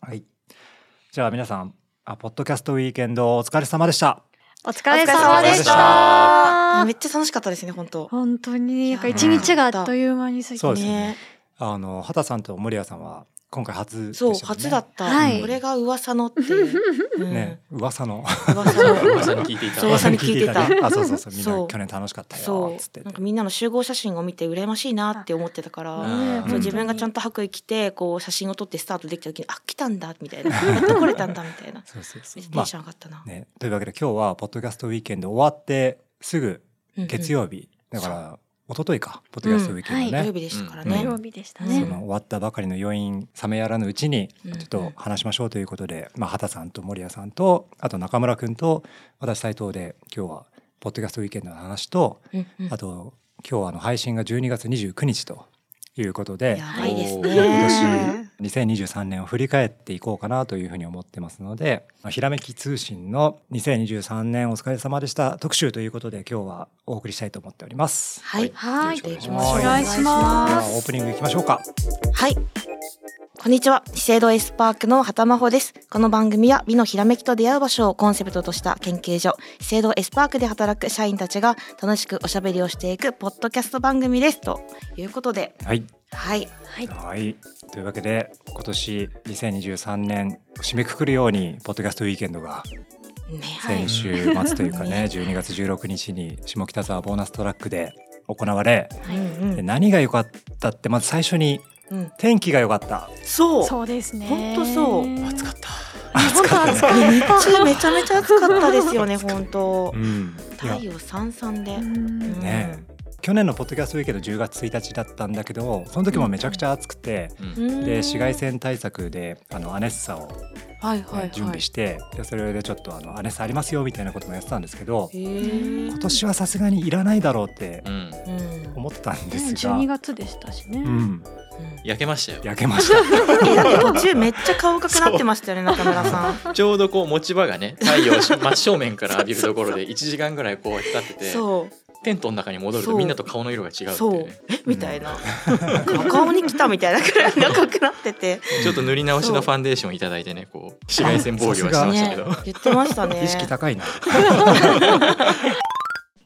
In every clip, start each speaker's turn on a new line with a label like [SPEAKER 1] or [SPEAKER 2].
[SPEAKER 1] はい。じゃあ皆さん、あポッドキャストウィークエンドお疲れ様でした。
[SPEAKER 2] お疲れ様
[SPEAKER 3] 様
[SPEAKER 2] で
[SPEAKER 3] で
[SPEAKER 2] し
[SPEAKER 3] しためっちゃ楽しかったですね、本当。
[SPEAKER 2] 本当になんか一日があっという間に過ぎ
[SPEAKER 1] そうですね
[SPEAKER 3] ね
[SPEAKER 1] あの畑さんと森谷さんは今回初でした
[SPEAKER 3] そ
[SPEAKER 1] よ
[SPEAKER 3] う、
[SPEAKER 1] ね。
[SPEAKER 3] 初だった。
[SPEAKER 2] はい
[SPEAKER 3] これが噂のっ ていう。うん
[SPEAKER 1] ね、噂の
[SPEAKER 3] 噂
[SPEAKER 4] 噂に
[SPEAKER 3] の。
[SPEAKER 4] 聞いていた
[SPEAKER 3] そう噂に聞いてた
[SPEAKER 1] 噂に聞ねあ、そうそうそう。みん
[SPEAKER 3] そ
[SPEAKER 1] な
[SPEAKER 3] う
[SPEAKER 1] 去年楽しかったよ
[SPEAKER 3] そ
[SPEAKER 1] つって
[SPEAKER 3] う。
[SPEAKER 1] て
[SPEAKER 3] なんかみんなの集合写真を見て羨ましいなって思ってたから。
[SPEAKER 2] ね
[SPEAKER 3] そう自分がちゃん
[SPEAKER 2] と
[SPEAKER 3] と白衣着てこう写真を撮ってスタートできた時にあ来たんだみたいなやっと来れたんだみたいな
[SPEAKER 1] そうそう そ
[SPEAKER 3] め
[SPEAKER 1] う
[SPEAKER 3] っちゃ。テ
[SPEAKER 1] ま
[SPEAKER 3] ンション上がったな
[SPEAKER 1] あ、ね、というわけで今日はポッドキャストウィークエンド終わってすぐ
[SPEAKER 3] うんうん
[SPEAKER 1] 月曜日、だから一昨日かポッドキャストウィークエンド
[SPEAKER 2] うん
[SPEAKER 3] 土
[SPEAKER 1] ね。
[SPEAKER 3] 曜日でしたから
[SPEAKER 2] 土
[SPEAKER 3] ね、
[SPEAKER 2] 曜日でした
[SPEAKER 3] うん
[SPEAKER 1] そ
[SPEAKER 2] ね
[SPEAKER 1] の終わったばかりの余韻冷めやらぬうちにち
[SPEAKER 3] う
[SPEAKER 1] ょ
[SPEAKER 3] ん
[SPEAKER 1] っと話しましょうということで、まあ、畑さんと森谷さんとあと中村君と私斉藤で今日はポッドキャストウィークエンドの話と
[SPEAKER 3] うんうん
[SPEAKER 1] あと今日はあの配信が12月29日ということで
[SPEAKER 3] やばいですね
[SPEAKER 4] お
[SPEAKER 1] 今年2023年を振り返っていこうかなというふうに思ってますので「ひらめき通信」の2023年お疲れ様でした特集ということで今日はお送りしたいと思っております。
[SPEAKER 3] はい
[SPEAKER 2] はい
[SPEAKER 3] やっていき
[SPEAKER 1] ま
[SPEAKER 2] お
[SPEAKER 1] しょう
[SPEAKER 2] 願いし
[SPEAKER 1] で
[SPEAKER 2] ま
[SPEAKER 1] は
[SPEAKER 2] す
[SPEAKER 1] オープニングいきましょうか。
[SPEAKER 3] はい。こんにちは。資生堂エスパークの畑真帆です。この番組は美のひらめきと出会う場所をコンセプトとした研究所、資生堂エスパークで働く社員たちが楽しくおしゃべりをしていくポッドキャスト番組です。ということで、
[SPEAKER 1] はい、
[SPEAKER 3] はい。
[SPEAKER 2] はい
[SPEAKER 1] はい、というわけで今年2023年締めくくるようにポッドキャストウィーケンドが
[SPEAKER 3] ね、はい
[SPEAKER 1] 先。週末というかね、
[SPEAKER 3] ね
[SPEAKER 1] 12月16日に下北沢ボーナストラックで行われ
[SPEAKER 3] う
[SPEAKER 1] で
[SPEAKER 3] ん
[SPEAKER 1] 何が良かったってまず最初に
[SPEAKER 3] うん。うん、
[SPEAKER 1] 天気が良かった
[SPEAKER 3] そう。
[SPEAKER 2] そうですね
[SPEAKER 3] ほんとそう
[SPEAKER 4] 暑かった。
[SPEAKER 2] 暑かった
[SPEAKER 3] いや日中めちゃめちゃ暑かったですよね、本当。
[SPEAKER 1] んいや
[SPEAKER 3] 太陽さんさんで。
[SPEAKER 2] うん
[SPEAKER 1] ね去年のポッドキャストウィーケンド10月1日だったんだけどその時もめちゃくちゃ暑くて、
[SPEAKER 4] うん
[SPEAKER 3] うん
[SPEAKER 1] で紫外。線対策であのアネッサをね、
[SPEAKER 3] はいはいはい。
[SPEAKER 1] 準備してでそれでちょっとあのアネッサありますよみたいなこともやってたんですけど
[SPEAKER 3] へー
[SPEAKER 1] 今年はさすがにいらないだろうって
[SPEAKER 4] うん。
[SPEAKER 3] うん。
[SPEAKER 1] 思ってたんですが、
[SPEAKER 2] 12月でしたしね
[SPEAKER 1] うん、
[SPEAKER 4] 焼けましたよ。
[SPEAKER 1] 焼けま した
[SPEAKER 3] えだって途中めっちゃ顔赤くなってましたよね中村さん。
[SPEAKER 4] ちょうどこう持ち場がね、太陽を真正面から浴びる ところで1時間ぐらいこう立ってて、
[SPEAKER 3] そう
[SPEAKER 4] テントの中に戻る
[SPEAKER 3] そ
[SPEAKER 4] と
[SPEAKER 3] う
[SPEAKER 4] みんなと顔の色が違うってい
[SPEAKER 3] そうう
[SPEAKER 4] ね。
[SPEAKER 3] えみたいな、なんか顔に来たみたいなくらい赤くなってて、
[SPEAKER 4] ちょっと塗り直しのファンデーションいただいてね、こう紫外線防御はして
[SPEAKER 1] あ
[SPEAKER 4] ましたけ
[SPEAKER 3] ね
[SPEAKER 4] ど。、
[SPEAKER 3] 言ってましたね
[SPEAKER 1] 意識高い な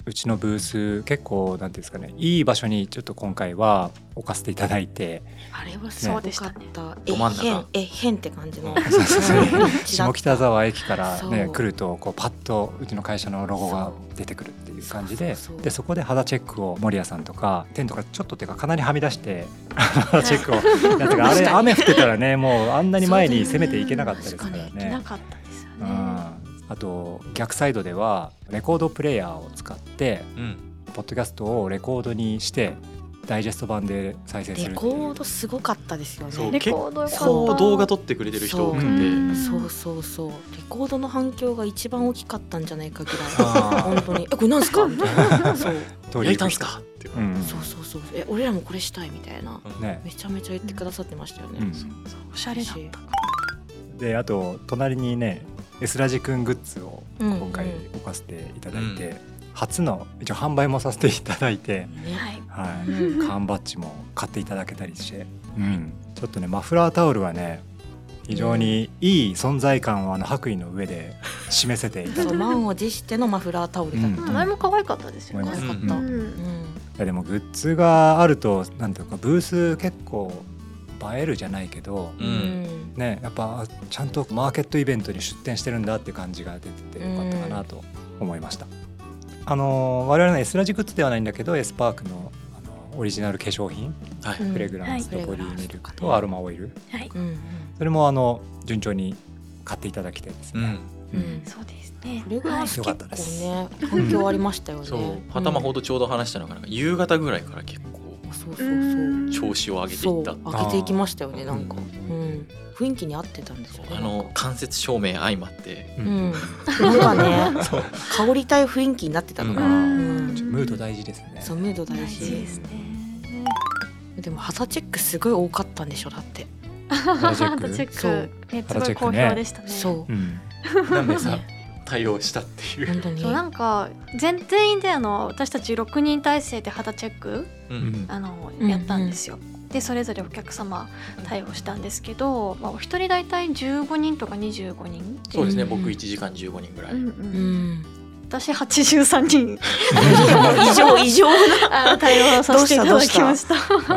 [SPEAKER 1] うちのブース結構なんていうんですかねいい場所にちょっと今回は置かせていただいて
[SPEAKER 3] あれはす
[SPEAKER 1] そ
[SPEAKER 3] ご
[SPEAKER 2] うでした
[SPEAKER 3] かっ
[SPEAKER 2] ね
[SPEAKER 3] たえ
[SPEAKER 4] ど真ん中
[SPEAKER 3] へんえへんって感じの
[SPEAKER 1] そうそうそう
[SPEAKER 3] うん
[SPEAKER 1] 下北沢駅から、ね
[SPEAKER 3] そ、う
[SPEAKER 1] 来るとこうパッとうちの会社のロゴが出てくるっていう感じで
[SPEAKER 3] そうそうそう
[SPEAKER 1] でそこで肌チェックを森谷さんとかテントからちょっとっていうかかなりはみ出して 肌チェックをやってからあれ雨降ってたらねもうあんなに前に攻めていけなかったですから
[SPEAKER 2] 確かに行け
[SPEAKER 1] ね
[SPEAKER 2] な。かったですよ
[SPEAKER 1] う
[SPEAKER 2] ね
[SPEAKER 1] んあと逆サイドではレコードプレーヤーを使って
[SPEAKER 4] うん。
[SPEAKER 1] ポッドキャストをレコードにしてダイジェスト版で再生する
[SPEAKER 3] レ
[SPEAKER 1] っていう
[SPEAKER 3] コードすごかったですよね
[SPEAKER 4] そう
[SPEAKER 2] レ
[SPEAKER 4] 結
[SPEAKER 2] コードよかった
[SPEAKER 4] 構動画撮ってくれてる人多くて
[SPEAKER 3] そ、
[SPEAKER 2] うん
[SPEAKER 3] そうそうそうレコードの反響が一番大きかったんじゃないかぐらい
[SPEAKER 1] あー
[SPEAKER 3] 本当にえこれなんすかみたいなそ
[SPEAKER 1] 通
[SPEAKER 3] う
[SPEAKER 1] り
[SPEAKER 4] 焼い
[SPEAKER 1] 行
[SPEAKER 4] た
[SPEAKER 1] く
[SPEAKER 4] んす
[SPEAKER 1] 人
[SPEAKER 4] かって。
[SPEAKER 1] うん
[SPEAKER 3] そうそうそうえ俺らもこれしたいみたいな
[SPEAKER 1] ね
[SPEAKER 3] めちゃめちゃ言ってくださってましたよね、
[SPEAKER 1] うん
[SPEAKER 2] おしゃれだった
[SPEAKER 1] であと隣にねエスラジくんグッズを今回置かせていただいて、
[SPEAKER 4] うん
[SPEAKER 1] 初の一応販売もさせていただいて、
[SPEAKER 3] ね、
[SPEAKER 2] はい
[SPEAKER 1] はい
[SPEAKER 3] うん
[SPEAKER 1] 缶バッジも買っていただけたりして、うんちょっとねマフラータオルはね非常にいい存在感をあの白衣の上で示せて いた
[SPEAKER 3] そう満を持してのマフラータオルだった、
[SPEAKER 1] うん
[SPEAKER 2] あれも可愛かったですよ
[SPEAKER 1] 思いま
[SPEAKER 2] ね
[SPEAKER 1] す
[SPEAKER 3] 可愛か
[SPEAKER 4] うん
[SPEAKER 3] った、
[SPEAKER 2] うん
[SPEAKER 1] いやでもグッズがあるとなんていうかブース結構映えるじゃないけど、
[SPEAKER 4] うん
[SPEAKER 1] ねやっぱあちゃんとマーケットイベントに出店してるんだって感じが出ててよかったかなと思いました、あの我々の S ラジグッズではないんだけど S パークのあのオリジナル化粧品、
[SPEAKER 4] はい。
[SPEAKER 3] うん
[SPEAKER 1] フレグランスと
[SPEAKER 3] はい
[SPEAKER 1] ボディミルク
[SPEAKER 3] フレグランスとか
[SPEAKER 1] と
[SPEAKER 3] ね
[SPEAKER 1] アロマオイル
[SPEAKER 2] はい
[SPEAKER 3] うんうん
[SPEAKER 1] それもあの順調に買っていただきたいです
[SPEAKER 4] う
[SPEAKER 1] ね
[SPEAKER 4] ん、。
[SPEAKER 3] うん
[SPEAKER 2] そうですね
[SPEAKER 3] フレグランス
[SPEAKER 1] よ
[SPEAKER 3] 結
[SPEAKER 1] かった
[SPEAKER 3] 構
[SPEAKER 1] です
[SPEAKER 3] ね反響ありましたよね
[SPEAKER 4] そう。頭ほ
[SPEAKER 3] ど
[SPEAKER 4] どちょうど話したのがなんか夕方ぐらいから結構
[SPEAKER 3] そうそ
[SPEAKER 2] う
[SPEAKER 3] うそ
[SPEAKER 2] ん
[SPEAKER 4] 調子を上げて
[SPEAKER 3] う
[SPEAKER 4] いった
[SPEAKER 3] そ
[SPEAKER 4] っていうう
[SPEAKER 3] 上げていきましたよねなんか
[SPEAKER 1] う
[SPEAKER 3] うんん雰囲気に合ってたんですよね
[SPEAKER 4] あの間接照明相まって
[SPEAKER 1] う
[SPEAKER 3] うんんなんか ね香りたい雰囲気になってたの
[SPEAKER 4] う
[SPEAKER 3] が、
[SPEAKER 2] ん
[SPEAKER 3] うん
[SPEAKER 1] ムード大事ですね
[SPEAKER 3] そうムード大
[SPEAKER 2] 大
[SPEAKER 3] 事
[SPEAKER 2] 事ですね
[SPEAKER 3] でも肌チェックすごい多かったんでしょだって
[SPEAKER 1] 肌 チェッ
[SPEAKER 2] ハ
[SPEAKER 1] ク
[SPEAKER 2] ートチェ
[SPEAKER 3] そ
[SPEAKER 2] ッ
[SPEAKER 3] う
[SPEAKER 2] クねす
[SPEAKER 1] ハート
[SPEAKER 2] ご
[SPEAKER 1] チェッ
[SPEAKER 2] い
[SPEAKER 1] ク
[SPEAKER 2] 好
[SPEAKER 1] ね
[SPEAKER 2] 評でしたね
[SPEAKER 3] そう
[SPEAKER 1] う、ん
[SPEAKER 4] なんでさ対応したっていう
[SPEAKER 3] 本当に
[SPEAKER 2] そうなんか全全員であの私たち6人体制で肌チェック
[SPEAKER 4] う
[SPEAKER 1] うんん
[SPEAKER 2] あの
[SPEAKER 3] うん
[SPEAKER 2] やったんですよ。でそれぞれお客様対応したんですけど、まあ、お一人大体15人とか25人ってい
[SPEAKER 4] そうですね、
[SPEAKER 3] うん
[SPEAKER 4] 僕1時間15人ぐらい、
[SPEAKER 2] うんう
[SPEAKER 3] うんん、
[SPEAKER 2] 私83人
[SPEAKER 3] 異常異常
[SPEAKER 2] あの対応させていただきました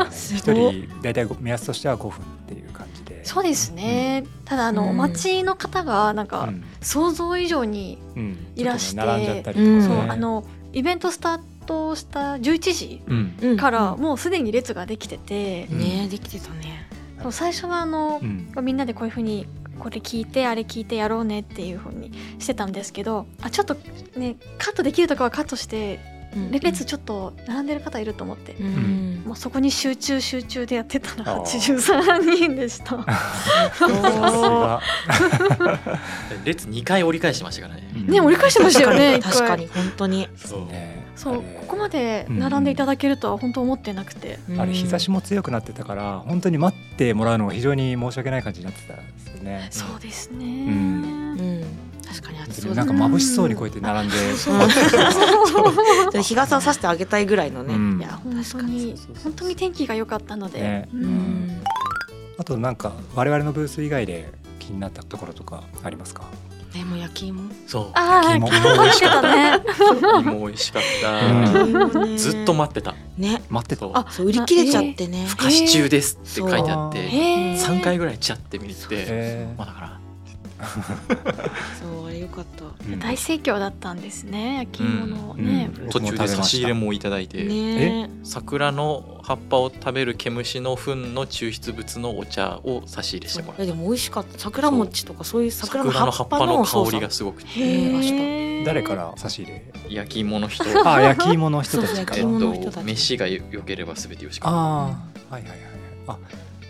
[SPEAKER 1] 一 人大体ご目安としては5分っていう感じで。
[SPEAKER 2] そうですねただあの、
[SPEAKER 3] うん
[SPEAKER 2] お待ちの方がなん
[SPEAKER 1] う
[SPEAKER 2] か
[SPEAKER 1] ん
[SPEAKER 2] 想像以上に
[SPEAKER 1] うん
[SPEAKER 2] いらし
[SPEAKER 1] ち
[SPEAKER 2] て
[SPEAKER 1] ょっとね並んじゃったりと
[SPEAKER 3] うん
[SPEAKER 1] か
[SPEAKER 2] そう
[SPEAKER 1] ね
[SPEAKER 2] あのイベントスタートした11時
[SPEAKER 1] うん
[SPEAKER 3] うん
[SPEAKER 2] からもうすでに列ができてて、
[SPEAKER 3] ねできてたね
[SPEAKER 2] そう最初はあの
[SPEAKER 1] う、ん
[SPEAKER 2] みんなでこういうふうにこれ聞いてあれ聞いてやろうねっていうふうにしてたんですけどあちょっとねカットできるとこはカットしてレ列ちょっと並んでる方いると思って、
[SPEAKER 3] うん
[SPEAKER 2] もうそこに集中集中でやってたら
[SPEAKER 1] あー
[SPEAKER 2] 83人でした
[SPEAKER 1] さす が
[SPEAKER 4] 列2回折り返してましたからね、
[SPEAKER 2] ね折り返してましたよね
[SPEAKER 3] 確かに
[SPEAKER 2] 一回
[SPEAKER 3] 本当に
[SPEAKER 4] そう
[SPEAKER 1] ね
[SPEAKER 2] そう
[SPEAKER 1] あれ
[SPEAKER 2] ここまで並んでいただけるとは本当思ってなくて、
[SPEAKER 1] あれ日差しも強くなってたから本当に待ってもらうのが非常に申し訳ない感じになってたんですよね。
[SPEAKER 2] そうですね、
[SPEAKER 1] ん
[SPEAKER 3] うん確かに暑そう
[SPEAKER 1] な
[SPEAKER 3] だ
[SPEAKER 1] んか眩しそうにこうやって並んで、
[SPEAKER 3] うん日傘をさしてあげたいぐらいのね、
[SPEAKER 1] うん
[SPEAKER 3] いや
[SPEAKER 2] 本当に本当に天気が良かったので、
[SPEAKER 1] ね
[SPEAKER 2] う
[SPEAKER 1] うんんあとなんか我々のブース以外で気になったところとかありますか？
[SPEAKER 3] でも焼き芋
[SPEAKER 4] そう
[SPEAKER 2] ああ
[SPEAKER 1] 気も
[SPEAKER 2] 気も美味しかったね
[SPEAKER 4] 芋美味しかっ
[SPEAKER 1] うん
[SPEAKER 4] た、
[SPEAKER 3] ね
[SPEAKER 4] ずっと待ってた
[SPEAKER 3] ね
[SPEAKER 1] 待ってた。
[SPEAKER 4] そう
[SPEAKER 2] あ
[SPEAKER 3] そう売り切れちゃってね、
[SPEAKER 4] 「貸し中です」って書いてあっ
[SPEAKER 1] え
[SPEAKER 4] て
[SPEAKER 2] へー
[SPEAKER 4] 3回ぐらいちゃって見て
[SPEAKER 1] へー
[SPEAKER 4] まあだから
[SPEAKER 3] そうあれよかった
[SPEAKER 1] うん
[SPEAKER 2] 大盛況だったんですね焼き芋のね、
[SPEAKER 1] うん
[SPEAKER 4] 途中で差し入れもいただいて、
[SPEAKER 3] ね
[SPEAKER 4] 桜の葉っぱを食べる毛虫の糞の抽出物のお茶を差し入れして
[SPEAKER 3] い
[SPEAKER 4] もら
[SPEAKER 3] やで
[SPEAKER 4] った
[SPEAKER 3] も美味しかった桜餅とかそういう桜
[SPEAKER 4] 桜
[SPEAKER 3] の
[SPEAKER 4] の
[SPEAKER 3] 葉
[SPEAKER 4] 葉
[SPEAKER 3] っ
[SPEAKER 4] っ
[SPEAKER 3] ぱ
[SPEAKER 4] ぱ
[SPEAKER 3] の
[SPEAKER 4] の
[SPEAKER 3] そうそう
[SPEAKER 4] 香りがすごくて
[SPEAKER 2] へー
[SPEAKER 1] 誰から差し入れ？
[SPEAKER 4] 焼き芋の人
[SPEAKER 1] あ焼き芋の人た
[SPEAKER 3] そうそう
[SPEAKER 1] ち
[SPEAKER 3] 焼
[SPEAKER 1] か
[SPEAKER 3] き
[SPEAKER 4] え
[SPEAKER 1] ら。
[SPEAKER 4] っ
[SPEAKER 3] 芋の人たち
[SPEAKER 4] と飯が良ければ全てよしか
[SPEAKER 1] ああはいはいはいはい。あ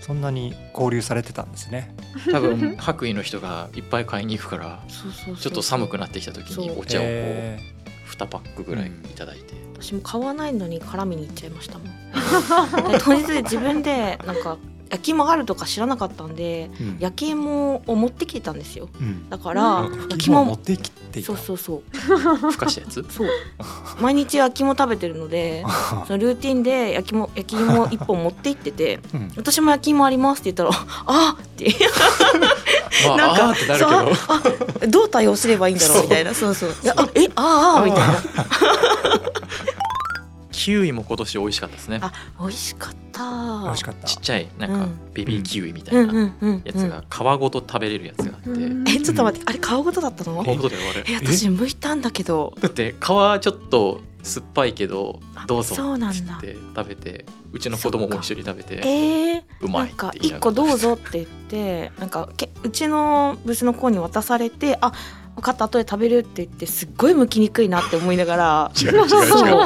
[SPEAKER 1] そんなに交流されてたんですね。
[SPEAKER 4] 多分白衣の人がいっぱい買いに行くから
[SPEAKER 3] そうそうそう
[SPEAKER 4] ちょっと寒くなってきた時に
[SPEAKER 3] そう
[SPEAKER 4] お茶をこう
[SPEAKER 1] へ
[SPEAKER 4] 2パックぐらいいただいて、
[SPEAKER 3] 私も買わないのに絡みに行っちゃいましたもん当日自分でなんか焼き芋があるとか知らなかったんで
[SPEAKER 1] ーうん
[SPEAKER 3] 焼き芋を持ってきてたんですよ
[SPEAKER 1] うん
[SPEAKER 3] だから
[SPEAKER 2] うん
[SPEAKER 3] 焼
[SPEAKER 1] 焼き
[SPEAKER 3] き
[SPEAKER 1] 芋を持
[SPEAKER 3] 芋
[SPEAKER 1] ってきていた。
[SPEAKER 3] そうそうそう
[SPEAKER 4] ふかしたや つ
[SPEAKER 3] そう毎日焼き芋食べてる のでそのルーティンで焼き芋焼き芋1本持って行ってて
[SPEAKER 1] うん
[SPEAKER 3] 私も焼き芋ありますって言ったら あっって
[SPEAKER 4] まあ
[SPEAKER 3] なんか
[SPEAKER 4] あーってなるけど
[SPEAKER 3] どう対応すればいいんだろうみたいなそうそうであえあーあーみたいな
[SPEAKER 4] キウイも今年美味しかったですね
[SPEAKER 3] あ美味しかった
[SPEAKER 1] 美味しかっ。
[SPEAKER 4] ちったちゃいなんか
[SPEAKER 3] うん
[SPEAKER 4] ベビーキウイみた
[SPEAKER 3] う
[SPEAKER 4] い
[SPEAKER 3] んう
[SPEAKER 4] なん
[SPEAKER 3] うん
[SPEAKER 4] やつ
[SPEAKER 3] うん
[SPEAKER 4] が皮ごと食べれるやつがあって、
[SPEAKER 2] うん
[SPEAKER 3] えちょっと待ってあれ皮ごとだったの
[SPEAKER 4] 皮ごとだよあれ
[SPEAKER 3] え私剥いたんだけど
[SPEAKER 4] だって皮ちょっと酸っぱいけどどうぞ
[SPEAKER 3] そうなん
[SPEAKER 4] っつ
[SPEAKER 3] だ
[SPEAKER 4] って食べてうちの子供も一緒に食べて
[SPEAKER 3] えー、
[SPEAKER 4] うま
[SPEAKER 3] ない
[SPEAKER 4] っ
[SPEAKER 3] ん
[SPEAKER 4] て
[SPEAKER 3] か
[SPEAKER 4] 言い
[SPEAKER 3] 一
[SPEAKER 4] なが
[SPEAKER 3] 個
[SPEAKER 4] ら
[SPEAKER 3] どうぞって言ってなんかけうちのブースの子に渡されてあ分かった後で食べるって言ってすっごい剥きにくいなって思いながら
[SPEAKER 4] 違う違う違う
[SPEAKER 3] そう
[SPEAKER 4] 違う違う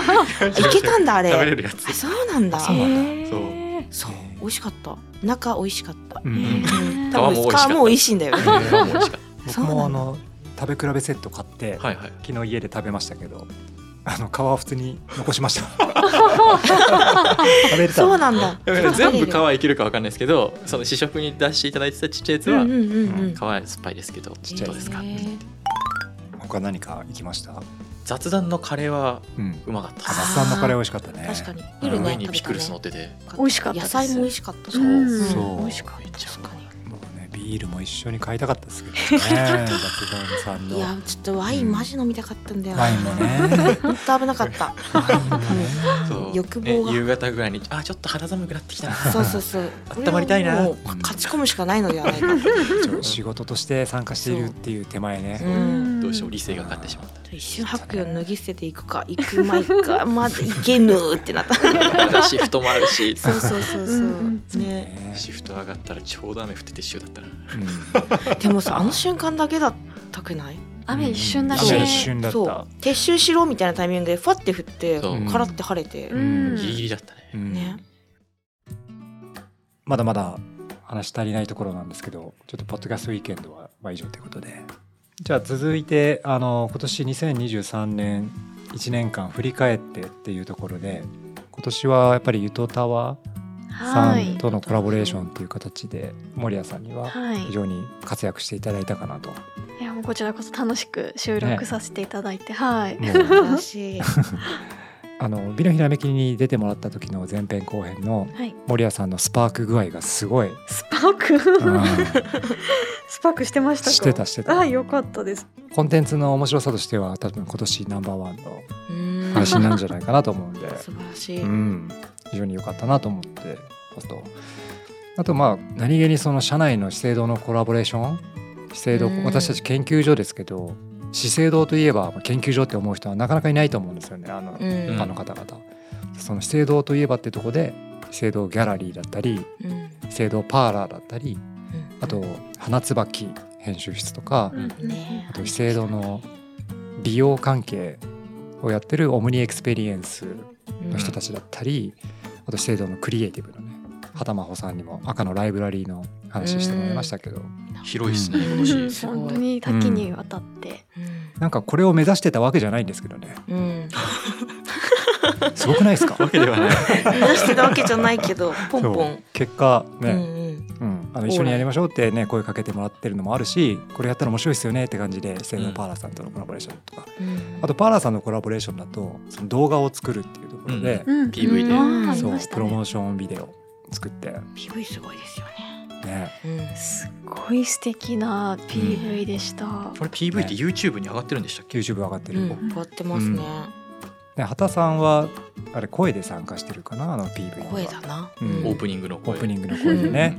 [SPEAKER 3] いけたんだあれ
[SPEAKER 4] 食べれるやつ
[SPEAKER 3] あそうなんだ
[SPEAKER 4] そう
[SPEAKER 2] へー
[SPEAKER 4] そ
[SPEAKER 3] そ
[SPEAKER 4] う
[SPEAKER 3] う美味しかった中美味しかった
[SPEAKER 1] うん
[SPEAKER 2] へー
[SPEAKER 4] 皮も美味しかった
[SPEAKER 3] 皮も美味しいん だよね
[SPEAKER 4] 皮も美味しかっ
[SPEAKER 1] 僕
[SPEAKER 3] そうなんだ
[SPEAKER 1] もあの食べ比べセット買って、
[SPEAKER 4] たはいはい
[SPEAKER 1] 昨日家で食べましたけどあの皮は普通に残しました食べれた
[SPEAKER 3] そうなんだ
[SPEAKER 4] だから全部
[SPEAKER 3] わ
[SPEAKER 4] 皮いけるかわかんないですけどその試食に出していただいてたちっちゃいやつ
[SPEAKER 3] うん
[SPEAKER 4] は
[SPEAKER 3] うんうんうん
[SPEAKER 4] 皮は酸っぱいですけど
[SPEAKER 1] ちっちゃい
[SPEAKER 4] どうですか
[SPEAKER 3] へー
[SPEAKER 1] 他何か行きました
[SPEAKER 4] 雑談のカレーは
[SPEAKER 1] うん
[SPEAKER 4] うまかった
[SPEAKER 1] あ
[SPEAKER 4] で
[SPEAKER 1] 松さんのカレー美味しかったね
[SPEAKER 3] 確かに
[SPEAKER 1] うん
[SPEAKER 3] 夜
[SPEAKER 4] 上
[SPEAKER 3] ね
[SPEAKER 4] にピクルス乗ってて
[SPEAKER 3] 食べたね
[SPEAKER 2] 美味しかったです
[SPEAKER 3] 野菜も美味しかったし
[SPEAKER 4] そう
[SPEAKER 2] うん
[SPEAKER 1] そう
[SPEAKER 2] 美味しか
[SPEAKER 4] めっちゃうま
[SPEAKER 3] 確か
[SPEAKER 4] い
[SPEAKER 3] に
[SPEAKER 1] もうねビールも一緒に買いたかったですけどね雑談さんの
[SPEAKER 3] いやちょっとワインマジ飲みたかったんだよ
[SPEAKER 1] ワインもね
[SPEAKER 3] 本当危なかった
[SPEAKER 1] ワインもね
[SPEAKER 4] そう
[SPEAKER 3] 欲望が
[SPEAKER 4] ね夕方ぐらいにあちょっと肌寒くなってきたな
[SPEAKER 3] そうそうそう
[SPEAKER 4] 温まりたいな
[SPEAKER 3] もう勝ち込むしかないのではないかと
[SPEAKER 1] ちょ 仕事として参加しているっていう手前
[SPEAKER 3] う
[SPEAKER 1] ね
[SPEAKER 3] ん
[SPEAKER 4] どうしても理性が勝ってしまった
[SPEAKER 3] 一瞬白衣を脱ぎ捨てていくか行くまいかまず行けぬってなった
[SPEAKER 4] シフトもあるし
[SPEAKER 3] そうそうそうそう
[SPEAKER 2] うん
[SPEAKER 3] ね
[SPEAKER 1] ね
[SPEAKER 4] シフト上がったらちょうど雨降ってて一緒だったら
[SPEAKER 1] うん
[SPEAKER 3] でもさあの瞬間だけだったくない
[SPEAKER 2] 雨一瞬だし
[SPEAKER 1] 雨一瞬だっ
[SPEAKER 3] そう
[SPEAKER 1] た
[SPEAKER 3] 撤収しろみたいなタイミングでファって降って
[SPEAKER 4] そう
[SPEAKER 3] カラって晴れて
[SPEAKER 2] う
[SPEAKER 1] うん
[SPEAKER 2] ん
[SPEAKER 4] ギリギリだったね
[SPEAKER 1] うん
[SPEAKER 3] ね
[SPEAKER 1] まだまだ話し足りないところなんですけど、ちょっとポッドキャストウィーケンドはまあ以上ということで。じゃあ続いて、あの、今年2023年1年間振り返ってっていうところで、今年はやっぱりゆとたわさ
[SPEAKER 2] は
[SPEAKER 1] ん
[SPEAKER 2] い
[SPEAKER 1] とのコラボレーションという形で、守谷さんには
[SPEAKER 2] は
[SPEAKER 1] 非
[SPEAKER 2] い
[SPEAKER 1] 常に活躍していただいたかなと。も
[SPEAKER 2] いやもうこちらこそ楽しく収
[SPEAKER 1] ね
[SPEAKER 2] 録させていただいて、はい、
[SPEAKER 3] 素
[SPEAKER 1] う
[SPEAKER 3] 晴らしい
[SPEAKER 1] ああの美のひらめきに出てもらった時の前編後編の
[SPEAKER 2] はい
[SPEAKER 1] 森谷さんのスパーク具合がすごい、
[SPEAKER 2] スパーク
[SPEAKER 1] うん
[SPEAKER 2] スパークしてましたか
[SPEAKER 1] してたしてた
[SPEAKER 2] ああよかったです
[SPEAKER 1] コンテンツの面白さとしては多分今年ナンバーワンの
[SPEAKER 3] うん
[SPEAKER 1] 配信
[SPEAKER 3] 素
[SPEAKER 1] なんじゃないかなと思うん で、
[SPEAKER 3] 晴らしい、
[SPEAKER 1] うん、非常に良かったなと思ってあとあとまあ何気にその社内の資生堂のコラボレーション資生堂
[SPEAKER 3] うん
[SPEAKER 1] 私たち研究所ですけど資生堂といえば研究所って思う人はなかなかいないと思うんですよねあの、
[SPEAKER 3] うん
[SPEAKER 1] 他の方々。その資生堂といえばってとこで資生堂ギャラリーだったり
[SPEAKER 3] うん
[SPEAKER 1] 資生堂パーラーだったり
[SPEAKER 3] うん
[SPEAKER 1] あと花椿編集室とか、
[SPEAKER 3] ね
[SPEAKER 1] あと資生堂の美容関係をやってるオムニエクスペリエンスの人たちだったり、あと資生堂のクリエイティブのね畑真帆さんにも赤のライブラリーの話してもらいましたけど、
[SPEAKER 4] 広いですね今
[SPEAKER 2] うん
[SPEAKER 4] 年。
[SPEAKER 2] 本当に多岐にわたって、
[SPEAKER 1] なんかこれを目指してたわけじゃないんですけどね
[SPEAKER 3] うんうん
[SPEAKER 1] すごくないです か
[SPEAKER 4] わけではない。
[SPEAKER 3] 目指してたわけじゃないけ どポンポ
[SPEAKER 1] そう
[SPEAKER 3] ン
[SPEAKER 1] 結果
[SPEAKER 3] う
[SPEAKER 1] ね、
[SPEAKER 3] んうん
[SPEAKER 1] うんあの一緒にやりましょうってね声かけてもらってるのもあるしこれやったら面白いですよねって感じで資生堂パーラーさんとのコラボレーションとか、
[SPEAKER 3] うん
[SPEAKER 1] あとパーラーさんのコラボレーションだとその動画を作るっていうところで。
[SPEAKER 4] うん
[SPEAKER 2] うん
[SPEAKER 4] PV で。
[SPEAKER 2] あああり
[SPEAKER 1] そう
[SPEAKER 2] まし
[SPEAKER 1] プ
[SPEAKER 2] た
[SPEAKER 1] ロ
[SPEAKER 2] ね
[SPEAKER 1] モーションビデオ作って
[SPEAKER 3] PV すごいですよね
[SPEAKER 1] ね
[SPEAKER 3] うん
[SPEAKER 2] すごい素敵な PV でした、
[SPEAKER 4] これ PV って YouTube に上がってるんでしたっけ？
[SPEAKER 1] YouTube 上がってる、
[SPEAKER 3] うん
[SPEAKER 1] ね
[SPEAKER 3] 変わってますね
[SPEAKER 1] 畑さんはあれ声で参加してるかなあの PV には
[SPEAKER 3] 声だな
[SPEAKER 1] うん
[SPEAKER 4] オープニングの
[SPEAKER 1] オ
[SPEAKER 4] 声。
[SPEAKER 1] ープニ
[SPEAKER 4] ン
[SPEAKER 1] ングの声でね。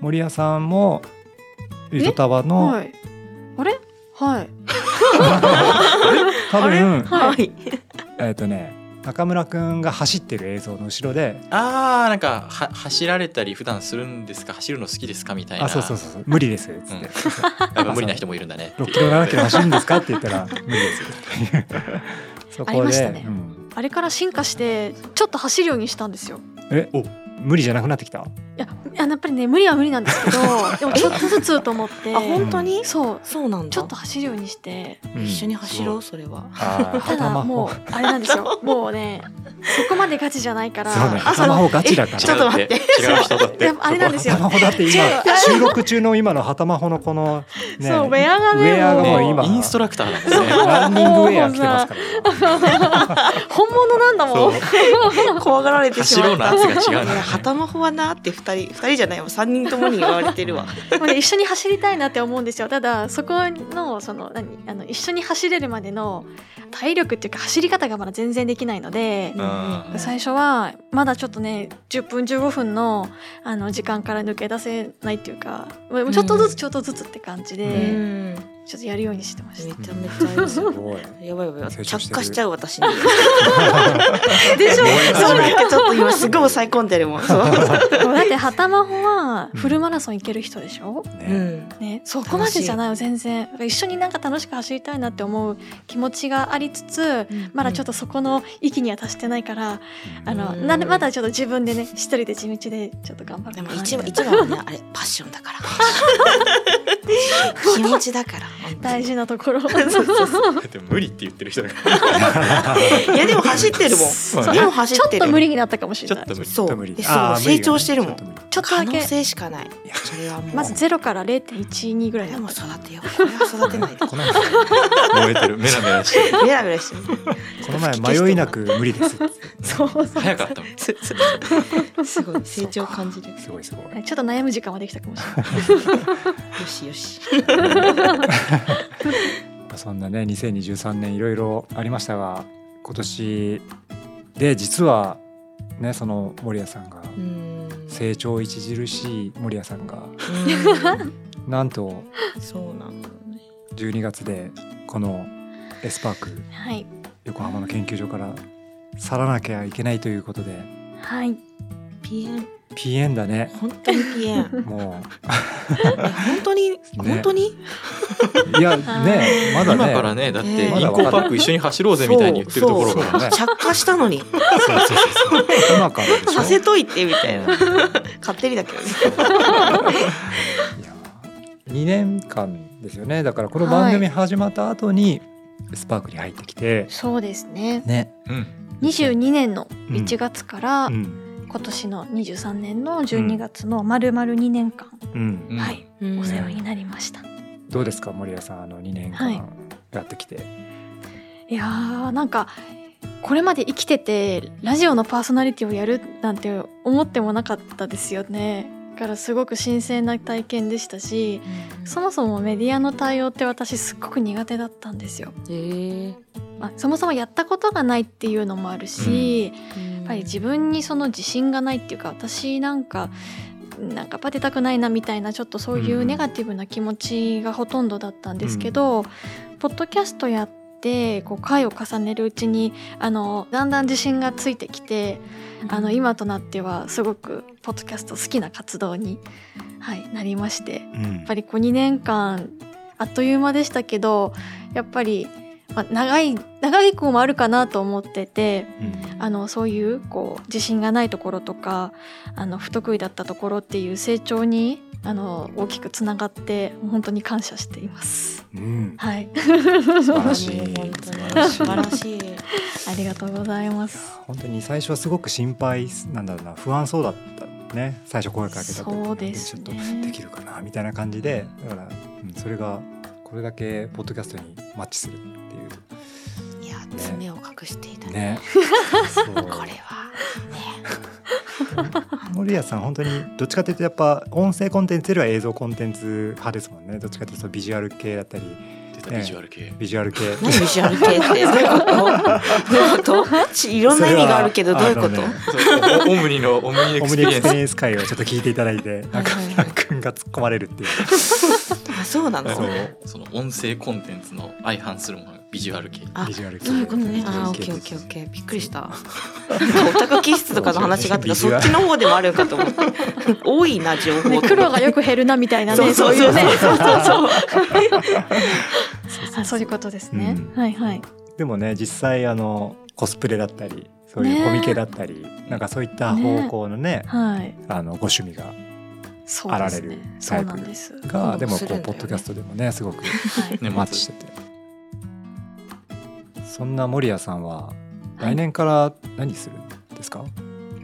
[SPEAKER 1] 森谷さんもゆとたわ
[SPEAKER 2] は
[SPEAKER 1] の
[SPEAKER 2] いあれはい
[SPEAKER 1] 多分
[SPEAKER 2] は
[SPEAKER 3] はい
[SPEAKER 1] えっとね中村くんが走ってる映像の後ろで
[SPEAKER 4] ああなんかは走られたり普段するんですか走るの好きですかみ
[SPEAKER 1] 「
[SPEAKER 4] たいな。
[SPEAKER 1] あそうそうそうそう無理です」っ つって
[SPEAKER 4] やっぱ無理な人もいるんだね
[SPEAKER 1] 「6キロ7キロ走るんですか?」って言ったら「無理です」っていうそ
[SPEAKER 2] あり
[SPEAKER 1] こ
[SPEAKER 2] まし
[SPEAKER 1] で
[SPEAKER 2] たね
[SPEAKER 1] うん
[SPEAKER 2] あれから進化してちょっと走るようにしたんですよ
[SPEAKER 1] え
[SPEAKER 4] お
[SPEAKER 1] 無理じゃなくなってきた
[SPEAKER 2] いやいややっぱりね無理は無理な んですけどでもちょっとずつと思って
[SPEAKER 3] あ本当に
[SPEAKER 2] そう
[SPEAKER 3] そうなんだ
[SPEAKER 2] ちょっと走るようにして
[SPEAKER 1] うん
[SPEAKER 3] 一緒に走ろうそれ は
[SPEAKER 1] あー
[SPEAKER 2] ただ
[SPEAKER 1] 頭
[SPEAKER 2] もうあれなんです よもうねそこまでガチじゃないから
[SPEAKER 1] そうね
[SPEAKER 2] あ
[SPEAKER 1] 頭をガチだから
[SPEAKER 3] ちょっと待って
[SPEAKER 4] 違う人だって
[SPEAKER 2] いやあれなんですよ
[SPEAKER 1] ハタマホだって今収録中の今のハタマホのこのね
[SPEAKER 2] そうウェアがね
[SPEAKER 1] ウェアがもう今
[SPEAKER 4] インストラクターだもんね
[SPEAKER 1] ランニングウェア着てますからね
[SPEAKER 2] 本物なんだもん
[SPEAKER 4] そう
[SPEAKER 3] 怖がられてしまった
[SPEAKER 4] 走ろうの圧が違う
[SPEAKER 3] い
[SPEAKER 4] な
[SPEAKER 3] や 旗魔法はなって二人二人じゃないもう三人ともに言われてるわ
[SPEAKER 2] でもね一緒に走りたいなって思うんですよただそこのその何あの一緒に走れるまでの体力っていうか走り方がまだ全然できないので
[SPEAKER 4] う、ん
[SPEAKER 2] 最初はまだちょっとね10分15分のあの時間から抜け出せないっていうかまあちょっとずつちょっとずつって感じで、
[SPEAKER 3] う
[SPEAKER 1] うん
[SPEAKER 2] ちょっとやるようにしてました
[SPEAKER 3] め。ちゃめちゃいい
[SPEAKER 1] すごい
[SPEAKER 3] やばいやばいやば
[SPEAKER 1] 成
[SPEAKER 3] い
[SPEAKER 1] 長して
[SPEAKER 3] 着
[SPEAKER 1] る
[SPEAKER 3] 火しちゃう私 に
[SPEAKER 2] でしょ
[SPEAKER 4] 燃え
[SPEAKER 3] そう
[SPEAKER 4] 始め
[SPEAKER 3] なんかちょっと今すごい抑え込んでるもん そう、
[SPEAKER 2] だって畑真帆はフルマラソン行ける人でしょ、
[SPEAKER 3] う
[SPEAKER 1] ね
[SPEAKER 3] ん、
[SPEAKER 2] ね、そこまでじゃないよ全然一緒になんか楽しく走りたいなって思う気持ちがありつつまだちょっとそこの域には達してないから、あの
[SPEAKER 3] うん
[SPEAKER 2] なまだちょっと自分でね一人で地道でちょっと頑張る
[SPEAKER 3] で
[SPEAKER 2] かな
[SPEAKER 3] も
[SPEAKER 2] み
[SPEAKER 3] 一
[SPEAKER 2] たいな
[SPEAKER 3] 番一番はねあれパッションだから気持ちだから
[SPEAKER 2] 大事なところ
[SPEAKER 4] でも無理って言ってる人が
[SPEAKER 3] いやでも走ってるもん
[SPEAKER 4] そう
[SPEAKER 3] でも走
[SPEAKER 2] ちょ
[SPEAKER 3] っ
[SPEAKER 2] って
[SPEAKER 3] る
[SPEAKER 2] と無理になったかもし
[SPEAKER 4] ち
[SPEAKER 2] れな
[SPEAKER 4] ょっ
[SPEAKER 2] い
[SPEAKER 4] と無理
[SPEAKER 3] そ
[SPEAKER 1] ちょっと
[SPEAKER 3] う
[SPEAKER 1] 無理
[SPEAKER 3] えそう成長してるもん
[SPEAKER 1] ちょっと無理
[SPEAKER 2] ちょっと
[SPEAKER 3] 可
[SPEAKER 2] だ
[SPEAKER 3] 能
[SPEAKER 2] け
[SPEAKER 3] 性しかない
[SPEAKER 1] いや
[SPEAKER 3] それはもう
[SPEAKER 2] まずゼロから0.112ぐらい
[SPEAKER 3] で
[SPEAKER 2] だっ
[SPEAKER 3] も
[SPEAKER 2] た
[SPEAKER 3] 育てようこれは育てないと
[SPEAKER 4] この人燃えてるメラメラしてる
[SPEAKER 3] ベラベラしてる
[SPEAKER 1] この前迷いなく無理です
[SPEAKER 2] そうそうそう
[SPEAKER 4] 早かったもん
[SPEAKER 3] そうそうすごい成長を感じるよ
[SPEAKER 1] すごいすごい
[SPEAKER 2] ちょっと悩む時間はできたかもしれない
[SPEAKER 3] しよし
[SPEAKER 1] そんなね2023年いろいろありましたが今年で実はねその守屋さんが
[SPEAKER 3] うん
[SPEAKER 1] 成長著しい守屋さんが
[SPEAKER 3] うん
[SPEAKER 1] なんと
[SPEAKER 3] そうなんだよね
[SPEAKER 1] 12月でこのエスパーク
[SPEAKER 2] はい
[SPEAKER 1] 横浜の研究所から去らなきゃいけないということで
[SPEAKER 2] はい
[SPEAKER 3] ピエン
[SPEAKER 1] ピエンだね
[SPEAKER 3] 本当にピエン
[SPEAKER 1] も
[SPEAKER 3] え本当に本当に
[SPEAKER 1] ういや
[SPEAKER 2] ー
[SPEAKER 1] ねまだ
[SPEAKER 4] 今
[SPEAKER 1] ね
[SPEAKER 4] からねだって
[SPEAKER 3] ね
[SPEAKER 4] インコーパーク一緒に走ろうぜみたいに言ってるところ
[SPEAKER 1] そうそう
[SPEAKER 4] が
[SPEAKER 1] ね
[SPEAKER 3] 着火したのに
[SPEAKER 1] そうそうそうそう今からでしょ
[SPEAKER 3] させといてみたいな 勝手にだけどね
[SPEAKER 1] いや2年間ですよねだからこの番組始まった後にスパークに入ってきて、
[SPEAKER 2] そうですね
[SPEAKER 1] ね、
[SPEAKER 4] うん
[SPEAKER 2] 22年の
[SPEAKER 1] うん
[SPEAKER 2] 1月から
[SPEAKER 1] うん
[SPEAKER 2] 今年の23年の12月の丸々2年間、
[SPEAKER 1] うん
[SPEAKER 4] うん
[SPEAKER 2] はい
[SPEAKER 3] うん
[SPEAKER 2] お世話になりました、
[SPEAKER 1] どうですか森谷さんあの2年
[SPEAKER 2] はい
[SPEAKER 1] 間やってきて、
[SPEAKER 2] いやーなんかこれまで生きててラジオのパーソナリティをやるなんて思ってもなかったですよねだからすごく新鮮な体験でしたしそもそもメディアの対応って私すっごく苦手だったんですよ、
[SPEAKER 3] えー
[SPEAKER 2] まあ、そもそもやったことがないっていうのもあるし、やっぱり自分にその自信がないっていうか私なんかなんかバテたくないなみたいなちょっとそういうネガティブな気持ちがほとんどだったんですけど、ポッドキャストやってこう回を重ねるうちにあのだんだん自信がついてきて、あの今となってはすごくポッドキャスト好きな活動に、はい、なりましてや
[SPEAKER 1] うん
[SPEAKER 2] っぱりこう2年間あっという間でしたけどやっぱり、まあ、長い長い子もあるかなと思ってて。
[SPEAKER 1] うん
[SPEAKER 2] あのそういうこう自信がないところとかあの不得意だったところっていう成長にあの大きくつながって本当に感謝しています。
[SPEAKER 1] うん
[SPEAKER 2] はい、
[SPEAKER 1] 素晴らしい
[SPEAKER 3] 本当に
[SPEAKER 4] 素晴らしい
[SPEAKER 3] 素晴らしい。
[SPEAKER 2] ありがとうございます。
[SPEAKER 1] 本当に最初はすごく心配なんだろうな不安そうだったね最初声かけた時
[SPEAKER 2] そうですね
[SPEAKER 1] ちょっとできるかなみたいな感じでだから、うん、それがこれだけポッドキャストにマッチするっていう
[SPEAKER 3] いや爪を隠していたね。
[SPEAKER 1] ねそう
[SPEAKER 3] これは
[SPEAKER 1] 森谷さん本当にどっちかというとやっぱ音声コンテンツよりは映像コンテンツ派ですもんねどっちかというとビジュアル系だったり
[SPEAKER 4] 出たビジュアル系。
[SPEAKER 1] ビジュアル 系
[SPEAKER 3] 何ビジュアル系ってどういうこと？どういうことち？いろんな意味があるけどどういうこ
[SPEAKER 1] それ
[SPEAKER 3] と
[SPEAKER 1] はあのね？
[SPEAKER 4] そうオムニのオムニエ
[SPEAKER 1] オ
[SPEAKER 4] ク
[SPEAKER 1] ムニ
[SPEAKER 4] スペ
[SPEAKER 1] エク
[SPEAKER 4] リエ
[SPEAKER 1] ス
[SPEAKER 4] ン
[SPEAKER 1] ペ
[SPEAKER 4] ス。
[SPEAKER 1] リエンス会をちょっと聞いていただいてなんか
[SPEAKER 3] はい
[SPEAKER 1] なんか君が突っ込まれるっていう
[SPEAKER 3] あそうなの
[SPEAKER 1] そ？う
[SPEAKER 4] その音声コンテンツの相反するものがビジュアル系。
[SPEAKER 3] あ
[SPEAKER 1] ビジュアル系
[SPEAKER 3] そういうことね。
[SPEAKER 1] ビジュ
[SPEAKER 3] あー、
[SPEAKER 1] ア
[SPEAKER 3] オ
[SPEAKER 1] ル
[SPEAKER 3] ッ
[SPEAKER 1] 系
[SPEAKER 3] ケーオッ
[SPEAKER 1] です
[SPEAKER 3] ケーオッケー。びっくりした。なんかオタク気質とかの話があったから、
[SPEAKER 1] そう
[SPEAKER 3] そ
[SPEAKER 1] で
[SPEAKER 3] っ
[SPEAKER 1] す
[SPEAKER 3] ちの方でもあるかと思って。多いな、情報
[SPEAKER 2] ね、
[SPEAKER 3] と
[SPEAKER 2] 苦労がよく減るなみたいな
[SPEAKER 3] そ
[SPEAKER 2] ね
[SPEAKER 3] うそ
[SPEAKER 2] そううい
[SPEAKER 3] そう
[SPEAKER 2] う
[SPEAKER 3] そ
[SPEAKER 2] ね
[SPEAKER 3] うそうそう。
[SPEAKER 2] あそういうことですね、
[SPEAKER 1] うん
[SPEAKER 2] はいはい
[SPEAKER 1] でもね実際あのコスプレだったりそういうコミケだったり、なんかそういった方向のね
[SPEAKER 2] はい
[SPEAKER 1] あのご趣味が
[SPEAKER 2] そうですねそ
[SPEAKER 1] あられるタイ
[SPEAKER 2] う
[SPEAKER 1] プ
[SPEAKER 2] なんです
[SPEAKER 1] がでもこ
[SPEAKER 3] す
[SPEAKER 1] う
[SPEAKER 3] るんだ
[SPEAKER 1] ポ
[SPEAKER 3] よね
[SPEAKER 1] ッドキャストでも ねすごく
[SPEAKER 2] はい
[SPEAKER 4] ね
[SPEAKER 1] マッチしててそんな守谷さんは
[SPEAKER 2] はい
[SPEAKER 1] 来年から何するんですか、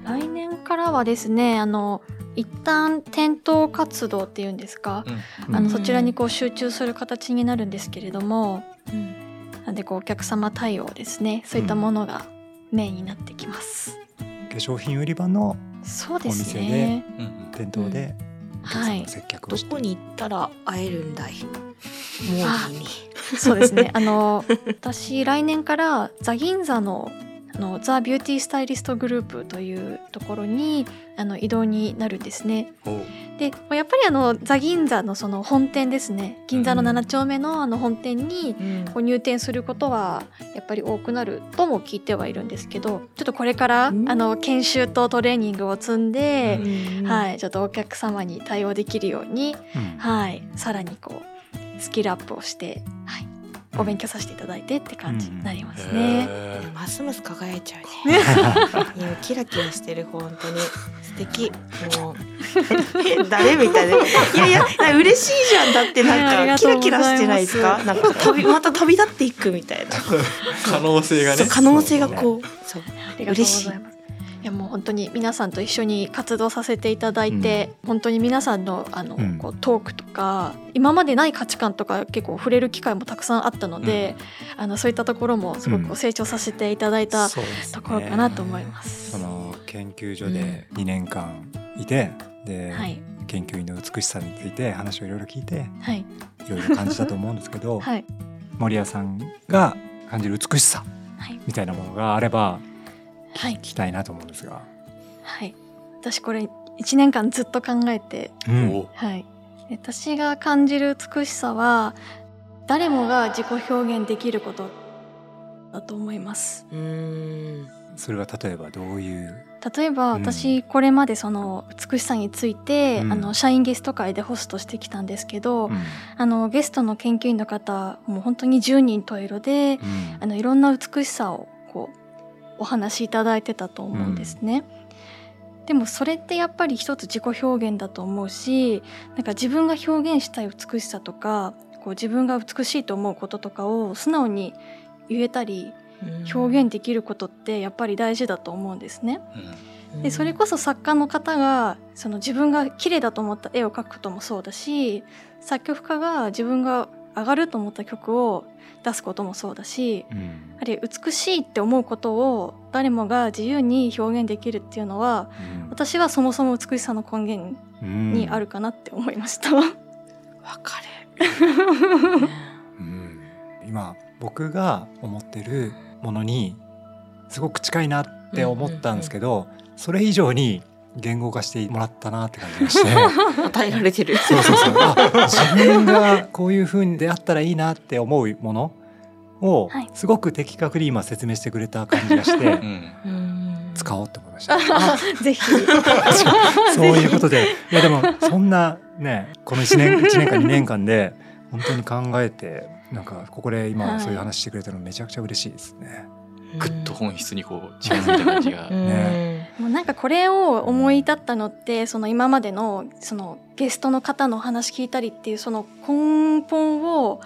[SPEAKER 2] 来年からはですねあの一旦店頭活動っていうんですか、
[SPEAKER 1] うん
[SPEAKER 2] あの
[SPEAKER 3] うん
[SPEAKER 2] そちらにこう集中する形になるんですけれども、
[SPEAKER 3] うん
[SPEAKER 2] なんでこうお客様対応ですねそういったものがメインになってきます、
[SPEAKER 1] 化粧品売り場の
[SPEAKER 2] そうですね
[SPEAKER 4] うんうん
[SPEAKER 1] 店頭でお客
[SPEAKER 2] は
[SPEAKER 1] 様
[SPEAKER 2] い
[SPEAKER 1] の接客
[SPEAKER 3] ど
[SPEAKER 1] をして、
[SPEAKER 3] こに行ったら会えるんだい。モーリーに。
[SPEAKER 2] そうですねあの私来年からザ・銀座のあのザ・ビューティー・スタイリストグループというところにあの移動になるんですね
[SPEAKER 4] おう
[SPEAKER 2] でまあやっぱりあのザ・銀座のその本店ですね銀座の7丁目のあの本店に
[SPEAKER 3] うん
[SPEAKER 2] こう入店することはやっぱり多くなるとも聞いてはいるんですけどちょっとこれからあ
[SPEAKER 3] うん
[SPEAKER 2] の研修とトレーニングを積んで、
[SPEAKER 3] い。
[SPEAKER 2] はい、ちょっとお客様に対応できるように、
[SPEAKER 1] うん
[SPEAKER 2] はい、さらにこうスキルアップをして、はい、お勉強させていただいてって感じになりますね。
[SPEAKER 4] へー
[SPEAKER 3] ますます輝いちゃうね。いやキラキラしてる本当に素敵。もう え誰みたいで。いやいやなんか嬉しいじゃんだって
[SPEAKER 2] いやあ
[SPEAKER 3] な
[SPEAKER 2] り
[SPEAKER 3] んか
[SPEAKER 2] が
[SPEAKER 3] キ
[SPEAKER 2] とう
[SPEAKER 3] ラ
[SPEAKER 2] ござ
[SPEAKER 3] キ
[SPEAKER 2] い
[SPEAKER 3] ラ
[SPEAKER 2] ます
[SPEAKER 3] してないですか。なんか旅また旅立っていくみたいな。
[SPEAKER 4] 可能性が
[SPEAKER 3] そ
[SPEAKER 4] ね
[SPEAKER 3] う。可能性がこう。そう。
[SPEAKER 2] ありがとうございます。いやもう本当に皆さんと一緒に活動させていただいて、本当に皆さんのあの、
[SPEAKER 1] うん
[SPEAKER 2] こうトークとか今までない価値観とか結構触れる機会もたくさんあったので、あのそういったところもすごくこ
[SPEAKER 1] う
[SPEAKER 2] うん成長させていただいた
[SPEAKER 1] そうですね
[SPEAKER 2] ところかなと思います。
[SPEAKER 1] その研究所で2年間いて、で、
[SPEAKER 2] はい
[SPEAKER 1] 研究員の美しさについて話をいろいろ聞いて
[SPEAKER 2] はい
[SPEAKER 1] いろいろ感じたと思うんですけど、
[SPEAKER 2] はい
[SPEAKER 1] 森谷さんが感じる美しさ
[SPEAKER 2] はい
[SPEAKER 1] みたいなものがあれば
[SPEAKER 2] はい
[SPEAKER 1] 聞きたいなと思うんですが、
[SPEAKER 2] はい。私これ1年間ずっと考えて、
[SPEAKER 1] うん
[SPEAKER 4] おう
[SPEAKER 2] はい。私が感じる美しさは、誰もが自己表現できることだと思います。
[SPEAKER 3] うーん。
[SPEAKER 1] それは例えばどういう、
[SPEAKER 2] 例えば
[SPEAKER 1] うん
[SPEAKER 2] 私これまでその美しさについて、
[SPEAKER 1] うん
[SPEAKER 2] あの社員ゲスト会でホストしてきたんですけど、
[SPEAKER 1] うん
[SPEAKER 2] あのゲストの研究員の方もう本当に10人十色で、
[SPEAKER 1] うん
[SPEAKER 2] あのいろんな美しさをこうお話しいただいてたと思うんですね。でもそれってやっぱり一つ自己表現だと思うしなんか自分が表現したい美しさとかこう自分が美しいと思うこととかを素直に言えたり表現できることってやっぱり大事だと思うんですね。
[SPEAKER 4] うん
[SPEAKER 3] 現
[SPEAKER 2] でそれこそ作家の方がその自分が綺麗だと思った絵を描くこともそうだし作曲家が自分があ上がると思った曲を出すこともそうだし
[SPEAKER 1] うん
[SPEAKER 2] やはり美しいって思うことを誰もが自由に表現できるっていうのは私はそもそも美しさの根源
[SPEAKER 1] うん
[SPEAKER 2] にあるかなって思いました。
[SPEAKER 3] わかる。
[SPEAKER 1] うん今僕が思ってるものにすごく近いなって思ったんですけど、それ以上に言語化してもらったなって感じがして
[SPEAKER 3] 与えられてる。
[SPEAKER 1] そうそうそうあ自分がこういう風に出会ったらいいなって思うものを
[SPEAKER 2] はい
[SPEAKER 1] すごく的確に今説明してくれた感じがして、
[SPEAKER 4] うん
[SPEAKER 3] うん
[SPEAKER 1] 使 おうって思いました。
[SPEAKER 2] ぜひ
[SPEAKER 1] そういうことで、いやでもそんなね、この1年一年間2年間 で本当に考えて、なんかここで
[SPEAKER 2] は
[SPEAKER 1] 今
[SPEAKER 2] い
[SPEAKER 1] そういう話してくれたのめちゃくちゃ嬉しいですね。
[SPEAKER 4] ぐっと本質にこう近づいた感じが
[SPEAKER 3] う。ん
[SPEAKER 1] ね
[SPEAKER 2] もうなんかこれを思い立ったのってその今までのそのゲストの方のお話聞いたりっていうその根本を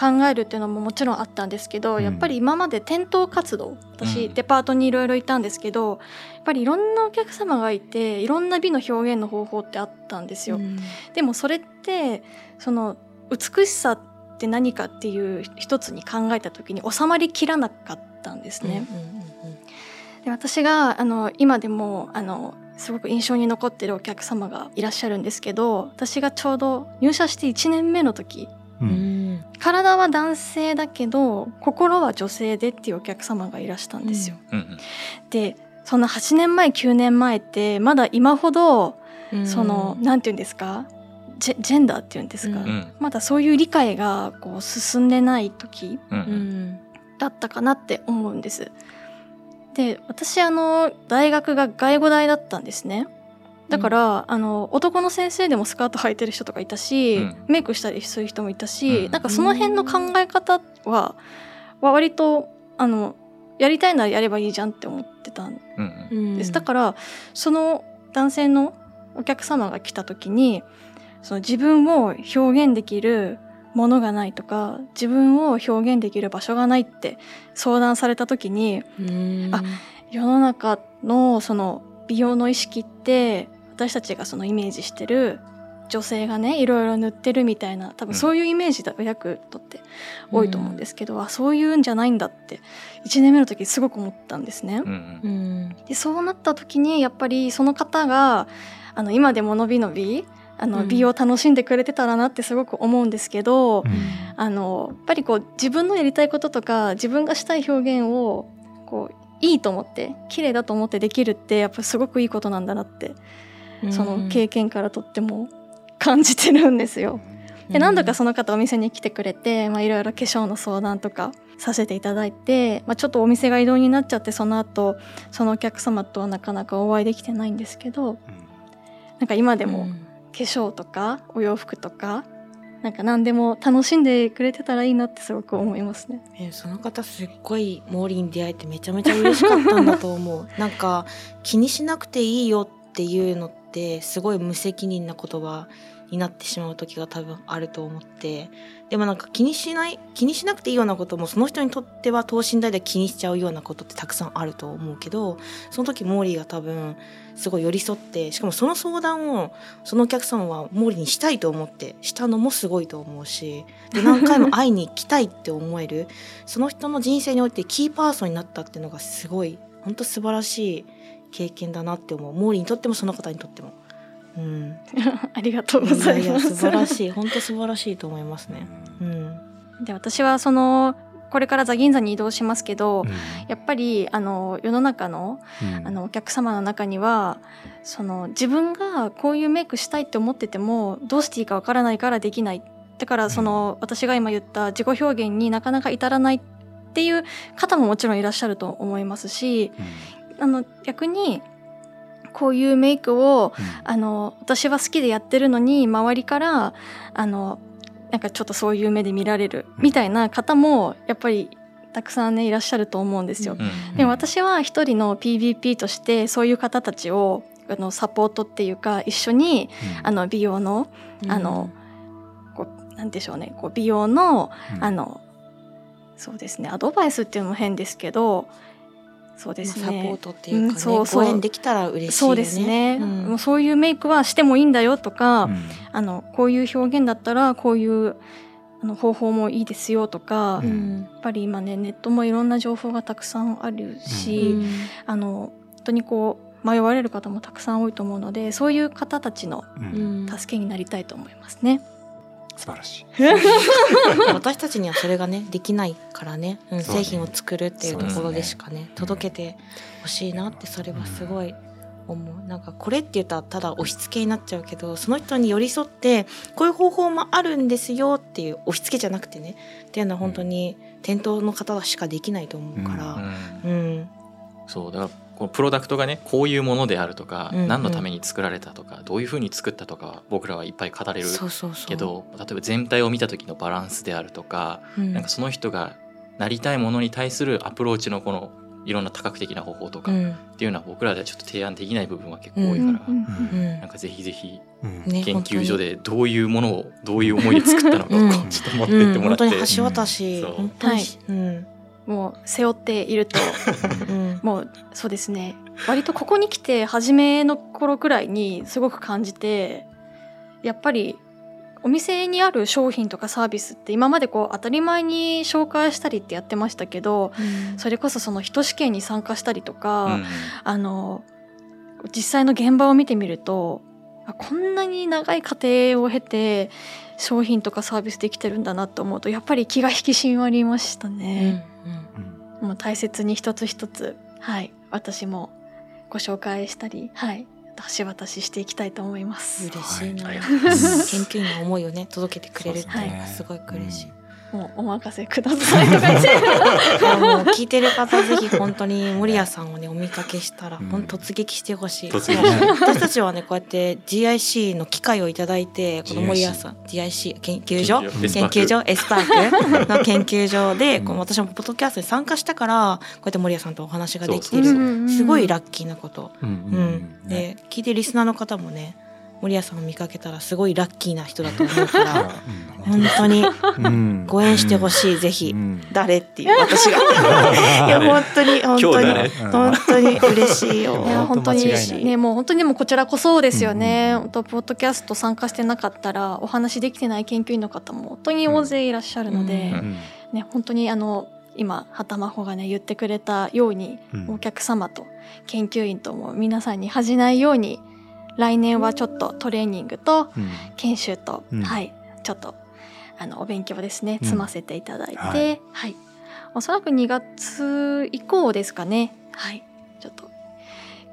[SPEAKER 2] 考えるっていうのももちろんあったんですけど、
[SPEAKER 1] うん
[SPEAKER 2] やっぱり今まで店頭活動私、
[SPEAKER 4] うん
[SPEAKER 2] デパートにいろいろいたんですけどやっぱりいろんなお客様がいていろんな美の表現の方法ってあったんですよ。
[SPEAKER 3] うん
[SPEAKER 2] でもそれってその美しさって何かっていう一つに考えた時に収まりきらなかったんですね。で私があの今でもあのすごく印象に残ってるお客様がいらっしゃるんですけど私がちょうど入社して1年目の時
[SPEAKER 1] う
[SPEAKER 3] うんん
[SPEAKER 2] 体は男性だけど心は女性でっていうお客様がいらしたんですよ。
[SPEAKER 4] うんうん
[SPEAKER 2] でそんな8年前9年前ってまだ今ほど
[SPEAKER 3] うん
[SPEAKER 2] その、なんて言うんですかジェジェンダーっていうんですか、
[SPEAKER 3] うん
[SPEAKER 4] うん
[SPEAKER 2] まだそういう理解がこう進んでない時
[SPEAKER 4] うんう
[SPEAKER 3] うんん
[SPEAKER 2] だったかなって思うんです。で私あの大学が外語大だったんですね。だから、あの男の先生でもスカート履いてる人とかいたし、
[SPEAKER 4] うん
[SPEAKER 2] メイクしたりする人もいたし、
[SPEAKER 4] うん
[SPEAKER 2] なんかその辺の考え方はは割とあのやりたいならやればいいじゃんって思ってたん
[SPEAKER 4] うんうん
[SPEAKER 3] うん
[SPEAKER 2] です、だからその男性のお客様が来た時にその自分を表現できるものがないとか自分を表現できる場所がないって相談された時に
[SPEAKER 3] うん
[SPEAKER 2] あ世の中のその美容の意識って私たちがそのイメージしてる女性がねいろいろ塗ってるみたいな多分そういうイメージだ親子とって多いと思うんですけど、あそういうんじゃないんだって1年目の時すごく思ったんですね。
[SPEAKER 4] うん
[SPEAKER 3] う
[SPEAKER 4] うん
[SPEAKER 3] ん
[SPEAKER 2] でそうなった時にやっぱりその方があの今でものびのびあの、
[SPEAKER 3] うん
[SPEAKER 2] 美容を楽しんでくれてたらなってすごく思うんですけど、
[SPEAKER 1] うん
[SPEAKER 2] あのやっぱりこう自分のやりたいこととか自分がしたい表現をこういいと思って綺麗だと思ってできるってやっぱすごくいいことなんだなって、その経験からとっても感じてるんですよ。で何度かその方お店に来てくれてまあいろいろ化粧の相談とかさせていただいて、まあ、ちょっとお店が移動になっちゃってその後そのお客様とはなかなかお会いできてないんですけどなんか今でも化粧とかお洋服とかなんか何でも楽しんでくれてたらいいなってすごく思いますね。
[SPEAKER 3] えーその方すっごいモーリーに出会えてめちゃめちゃ嬉しかったんだと思うなんか気にしなくていいよっていうのってすごい無責任な言葉になってしまう時が多分あると思ってでもなんか気にしない気にしなくていいようなこともその人にとっては等身大で気にしちゃうようなことってたくさんあると思うけどその時モーリーが多分すごい寄り添ってしかもその相談をそのお客様はモーリーにしたいと思ってしたのもすごいと思うしで何回も会いに行きたいって思えるその人の人生においてキーパーソンになったっていうのがすごい本当素晴らしい経験だなって思うモーリーにとってもその方にとっても。うん、
[SPEAKER 2] ありがとうご
[SPEAKER 3] いや
[SPEAKER 2] ざ
[SPEAKER 3] い
[SPEAKER 2] い
[SPEAKER 3] や
[SPEAKER 2] ます。
[SPEAKER 3] 素晴らしい本当素晴らしいと思いますね。うん、
[SPEAKER 2] で私はそのこれからザ銀座に移動しますけど、やっぱりあの世の中のあのお客様の中にはその自分がこういうメイクしたいって思っててもどうしていいかわからないからできないだからその私が今言った自己表現になかなか至らないっていう方ももちろんいらっしゃると思いますしあの逆にこういうメイクをあの私は好きでやってるのに周りからあのなんかちょっとそういう目で見られるみたいな方もやっぱりたくさんねいらっしゃると思うんですよ。
[SPEAKER 4] うん
[SPEAKER 2] でも私は一人の PVP としてそういう方たちをあのサポートっていうか一緒にあの美容のあのこうなんでしょうねこう美容のあのそうですねアドバイスっていうのも変ですけどそうです
[SPEAKER 3] まあサポー
[SPEAKER 2] ね
[SPEAKER 3] トっていうかね、
[SPEAKER 2] うんそうそう
[SPEAKER 3] ご縁できたら嬉しいよね。
[SPEAKER 2] そうですね、
[SPEAKER 3] うん
[SPEAKER 2] もうそういうメイクはしてもいいんだよとか、
[SPEAKER 1] うん
[SPEAKER 2] あのこういう表現だったらこういうあの方法もいいですよとか、
[SPEAKER 1] うん
[SPEAKER 2] やっぱり今ねネットもいろんな情報がたくさんあるし、あの本当にこう迷われる方もたくさん多いと思うのでそういう方たちの
[SPEAKER 1] うん
[SPEAKER 2] 助けになりたいと思いますね。
[SPEAKER 1] 素晴らしい。
[SPEAKER 3] 私たちにはそれがねできないからね、うん
[SPEAKER 1] そうね
[SPEAKER 3] 製品を作るっていうところでしかね
[SPEAKER 1] ん
[SPEAKER 3] 届けてほしいなってそれはすごい思うなんかこれって言ったらただ押し付けになっちゃうけどその人に寄り添ってこういう方法もあるんですよっていう押し付けじゃなくてねっていうのは本当に店頭の方しかできないと思うから。うん
[SPEAKER 4] そうだからこのプロダクトがねこういうものであるとか、
[SPEAKER 3] うんうん
[SPEAKER 4] 何のために作られたとかどういうふうに作ったとかは僕らはいっぱい語れる
[SPEAKER 3] そうそうそう
[SPEAKER 4] け、ど例えば全体を見た時のバランスであるとか、
[SPEAKER 3] うん
[SPEAKER 4] なんかその人がなりたいものに対するアプローチのこのいろんな多角的な方法とか
[SPEAKER 3] う
[SPEAKER 4] っ
[SPEAKER 3] ん
[SPEAKER 4] ていうのは僕らではちょっと提案できない部分は結構多い
[SPEAKER 3] うん
[SPEAKER 4] か
[SPEAKER 2] うん
[SPEAKER 4] ら、
[SPEAKER 2] うん
[SPEAKER 3] う
[SPEAKER 4] なん
[SPEAKER 3] ん
[SPEAKER 4] かぜひぜひ
[SPEAKER 1] うん
[SPEAKER 3] ね
[SPEAKER 4] 研究所でどういうものをどういう思いで作ったのか
[SPEAKER 3] うん
[SPEAKER 4] をこうちょっと持っ
[SPEAKER 3] 本当に
[SPEAKER 4] てってもらって、
[SPEAKER 3] うん、本当に橋渡し、
[SPEAKER 4] そう
[SPEAKER 3] 本当にし、うん
[SPEAKER 2] もう背負っていると
[SPEAKER 3] うん
[SPEAKER 2] もうそうですね割とここに来て初めの頃くらいにすごく感じてやっぱりお店にある商品とかサービスって今までこう当たり前に紹介したりってやってましたけどそれこそその人試験に参加したりとか、
[SPEAKER 4] うん
[SPEAKER 2] あの実際の現場を見てみるとあこんなに長い過程を経て商品とかサービスできてるんだなと思うとやっぱり気が引き締まりました
[SPEAKER 3] うん
[SPEAKER 2] ね、
[SPEAKER 3] うん
[SPEAKER 1] うん
[SPEAKER 2] もう大切に一つ一つはい私もご紹介したりはい橋渡ししていきたいと思います
[SPEAKER 3] 嬉しいな、
[SPEAKER 4] はいありがと
[SPEAKER 3] 研
[SPEAKER 4] うございます
[SPEAKER 3] 究員の思いをね届けてくれるっていうのがす
[SPEAKER 1] そう
[SPEAKER 3] ご
[SPEAKER 1] で
[SPEAKER 3] く嬉しい、
[SPEAKER 1] ね
[SPEAKER 2] もうお任せくださいとか言って
[SPEAKER 3] いやもう聞いてる方ぜひ本当に森谷さんをねお見かけしたら
[SPEAKER 1] うん
[SPEAKER 3] 本当突撃してほしい、
[SPEAKER 4] 突撃
[SPEAKER 3] もう私たちはねこうやって GIC の機会をいただいてこの森谷さん GIC 研究所
[SPEAKER 1] 所
[SPEAKER 3] 研究所エスパーク の研究所で、
[SPEAKER 1] うん
[SPEAKER 3] こう私もポッドキャストに参加したからこうやって森谷さんとお話ができて
[SPEAKER 4] そう
[SPEAKER 3] る
[SPEAKER 4] そう
[SPEAKER 3] すごい
[SPEAKER 2] 楽
[SPEAKER 3] ラッキーなこと
[SPEAKER 1] うん
[SPEAKER 3] う
[SPEAKER 1] うんんうんね
[SPEAKER 3] で聞いてるリスナーの方もね森谷さんを見かけたらすごいラッキーな人だと思うか
[SPEAKER 1] い
[SPEAKER 3] ら
[SPEAKER 1] や
[SPEAKER 3] 本当に
[SPEAKER 1] うん
[SPEAKER 3] ご縁してほしい、ぜひ、
[SPEAKER 1] うん
[SPEAKER 3] 誰っ ていう私がい や本当に本当に、
[SPEAKER 4] 今日
[SPEAKER 3] 本当に嬉しいよ
[SPEAKER 2] いや
[SPEAKER 1] 本
[SPEAKER 2] 本当
[SPEAKER 1] 当
[SPEAKER 2] に
[SPEAKER 1] 間違いない
[SPEAKER 2] ねもう本当にでもこちらこそですよね、
[SPEAKER 1] うん
[SPEAKER 2] 本当ポッドキャスト参加してなかったらお話できてない研究員の方も本当に大勢いらっしゃるので、
[SPEAKER 4] うん
[SPEAKER 1] うん
[SPEAKER 2] ね本当にあの今畑真帆がね言ってくれたように、
[SPEAKER 1] うん
[SPEAKER 2] お客様と研究員とも皆さんに恥じないように来年はちょっとトレーニングと
[SPEAKER 1] うん
[SPEAKER 2] 研修と、
[SPEAKER 1] うん
[SPEAKER 2] はいちょっとあのお勉強ですね
[SPEAKER 1] うん
[SPEAKER 2] 積ませていただいて、
[SPEAKER 1] は
[SPEAKER 2] はいい、おそらく2月以降ですかねはいちょっと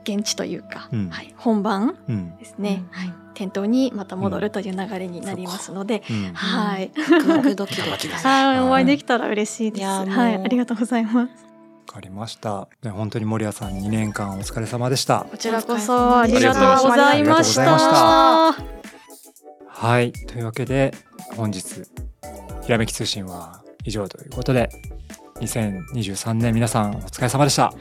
[SPEAKER 2] 現地というか、
[SPEAKER 1] うん
[SPEAKER 2] はい、本番
[SPEAKER 1] うん
[SPEAKER 2] ですね、
[SPEAKER 3] うん
[SPEAKER 2] はい、店頭にまた戻るという流れになりますので、
[SPEAKER 1] うん
[SPEAKER 2] はい、
[SPEAKER 3] ワクワクドキドキだね
[SPEAKER 2] はいお会いできたら嬉しいです。
[SPEAKER 3] いやもう
[SPEAKER 2] はい、ありがとうございます。
[SPEAKER 1] わかりました。じゃあ本当に森谷さん2年間お疲れ様でした。
[SPEAKER 2] こちらこそありがとうございまし
[SPEAKER 1] ありがとうございま
[SPEAKER 2] た。
[SPEAKER 1] はい。というわけで本日ひらめき通信は以上ということで2023年皆さんお疲れ様でした。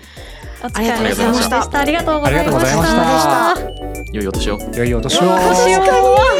[SPEAKER 2] お疲れ様でした。ありがとうご
[SPEAKER 1] ありが
[SPEAKER 2] ざい
[SPEAKER 1] とう
[SPEAKER 2] ま
[SPEAKER 1] ございま
[SPEAKER 2] し。
[SPEAKER 1] したた。
[SPEAKER 4] 良いお年を
[SPEAKER 1] 良いお年を。
[SPEAKER 2] お年を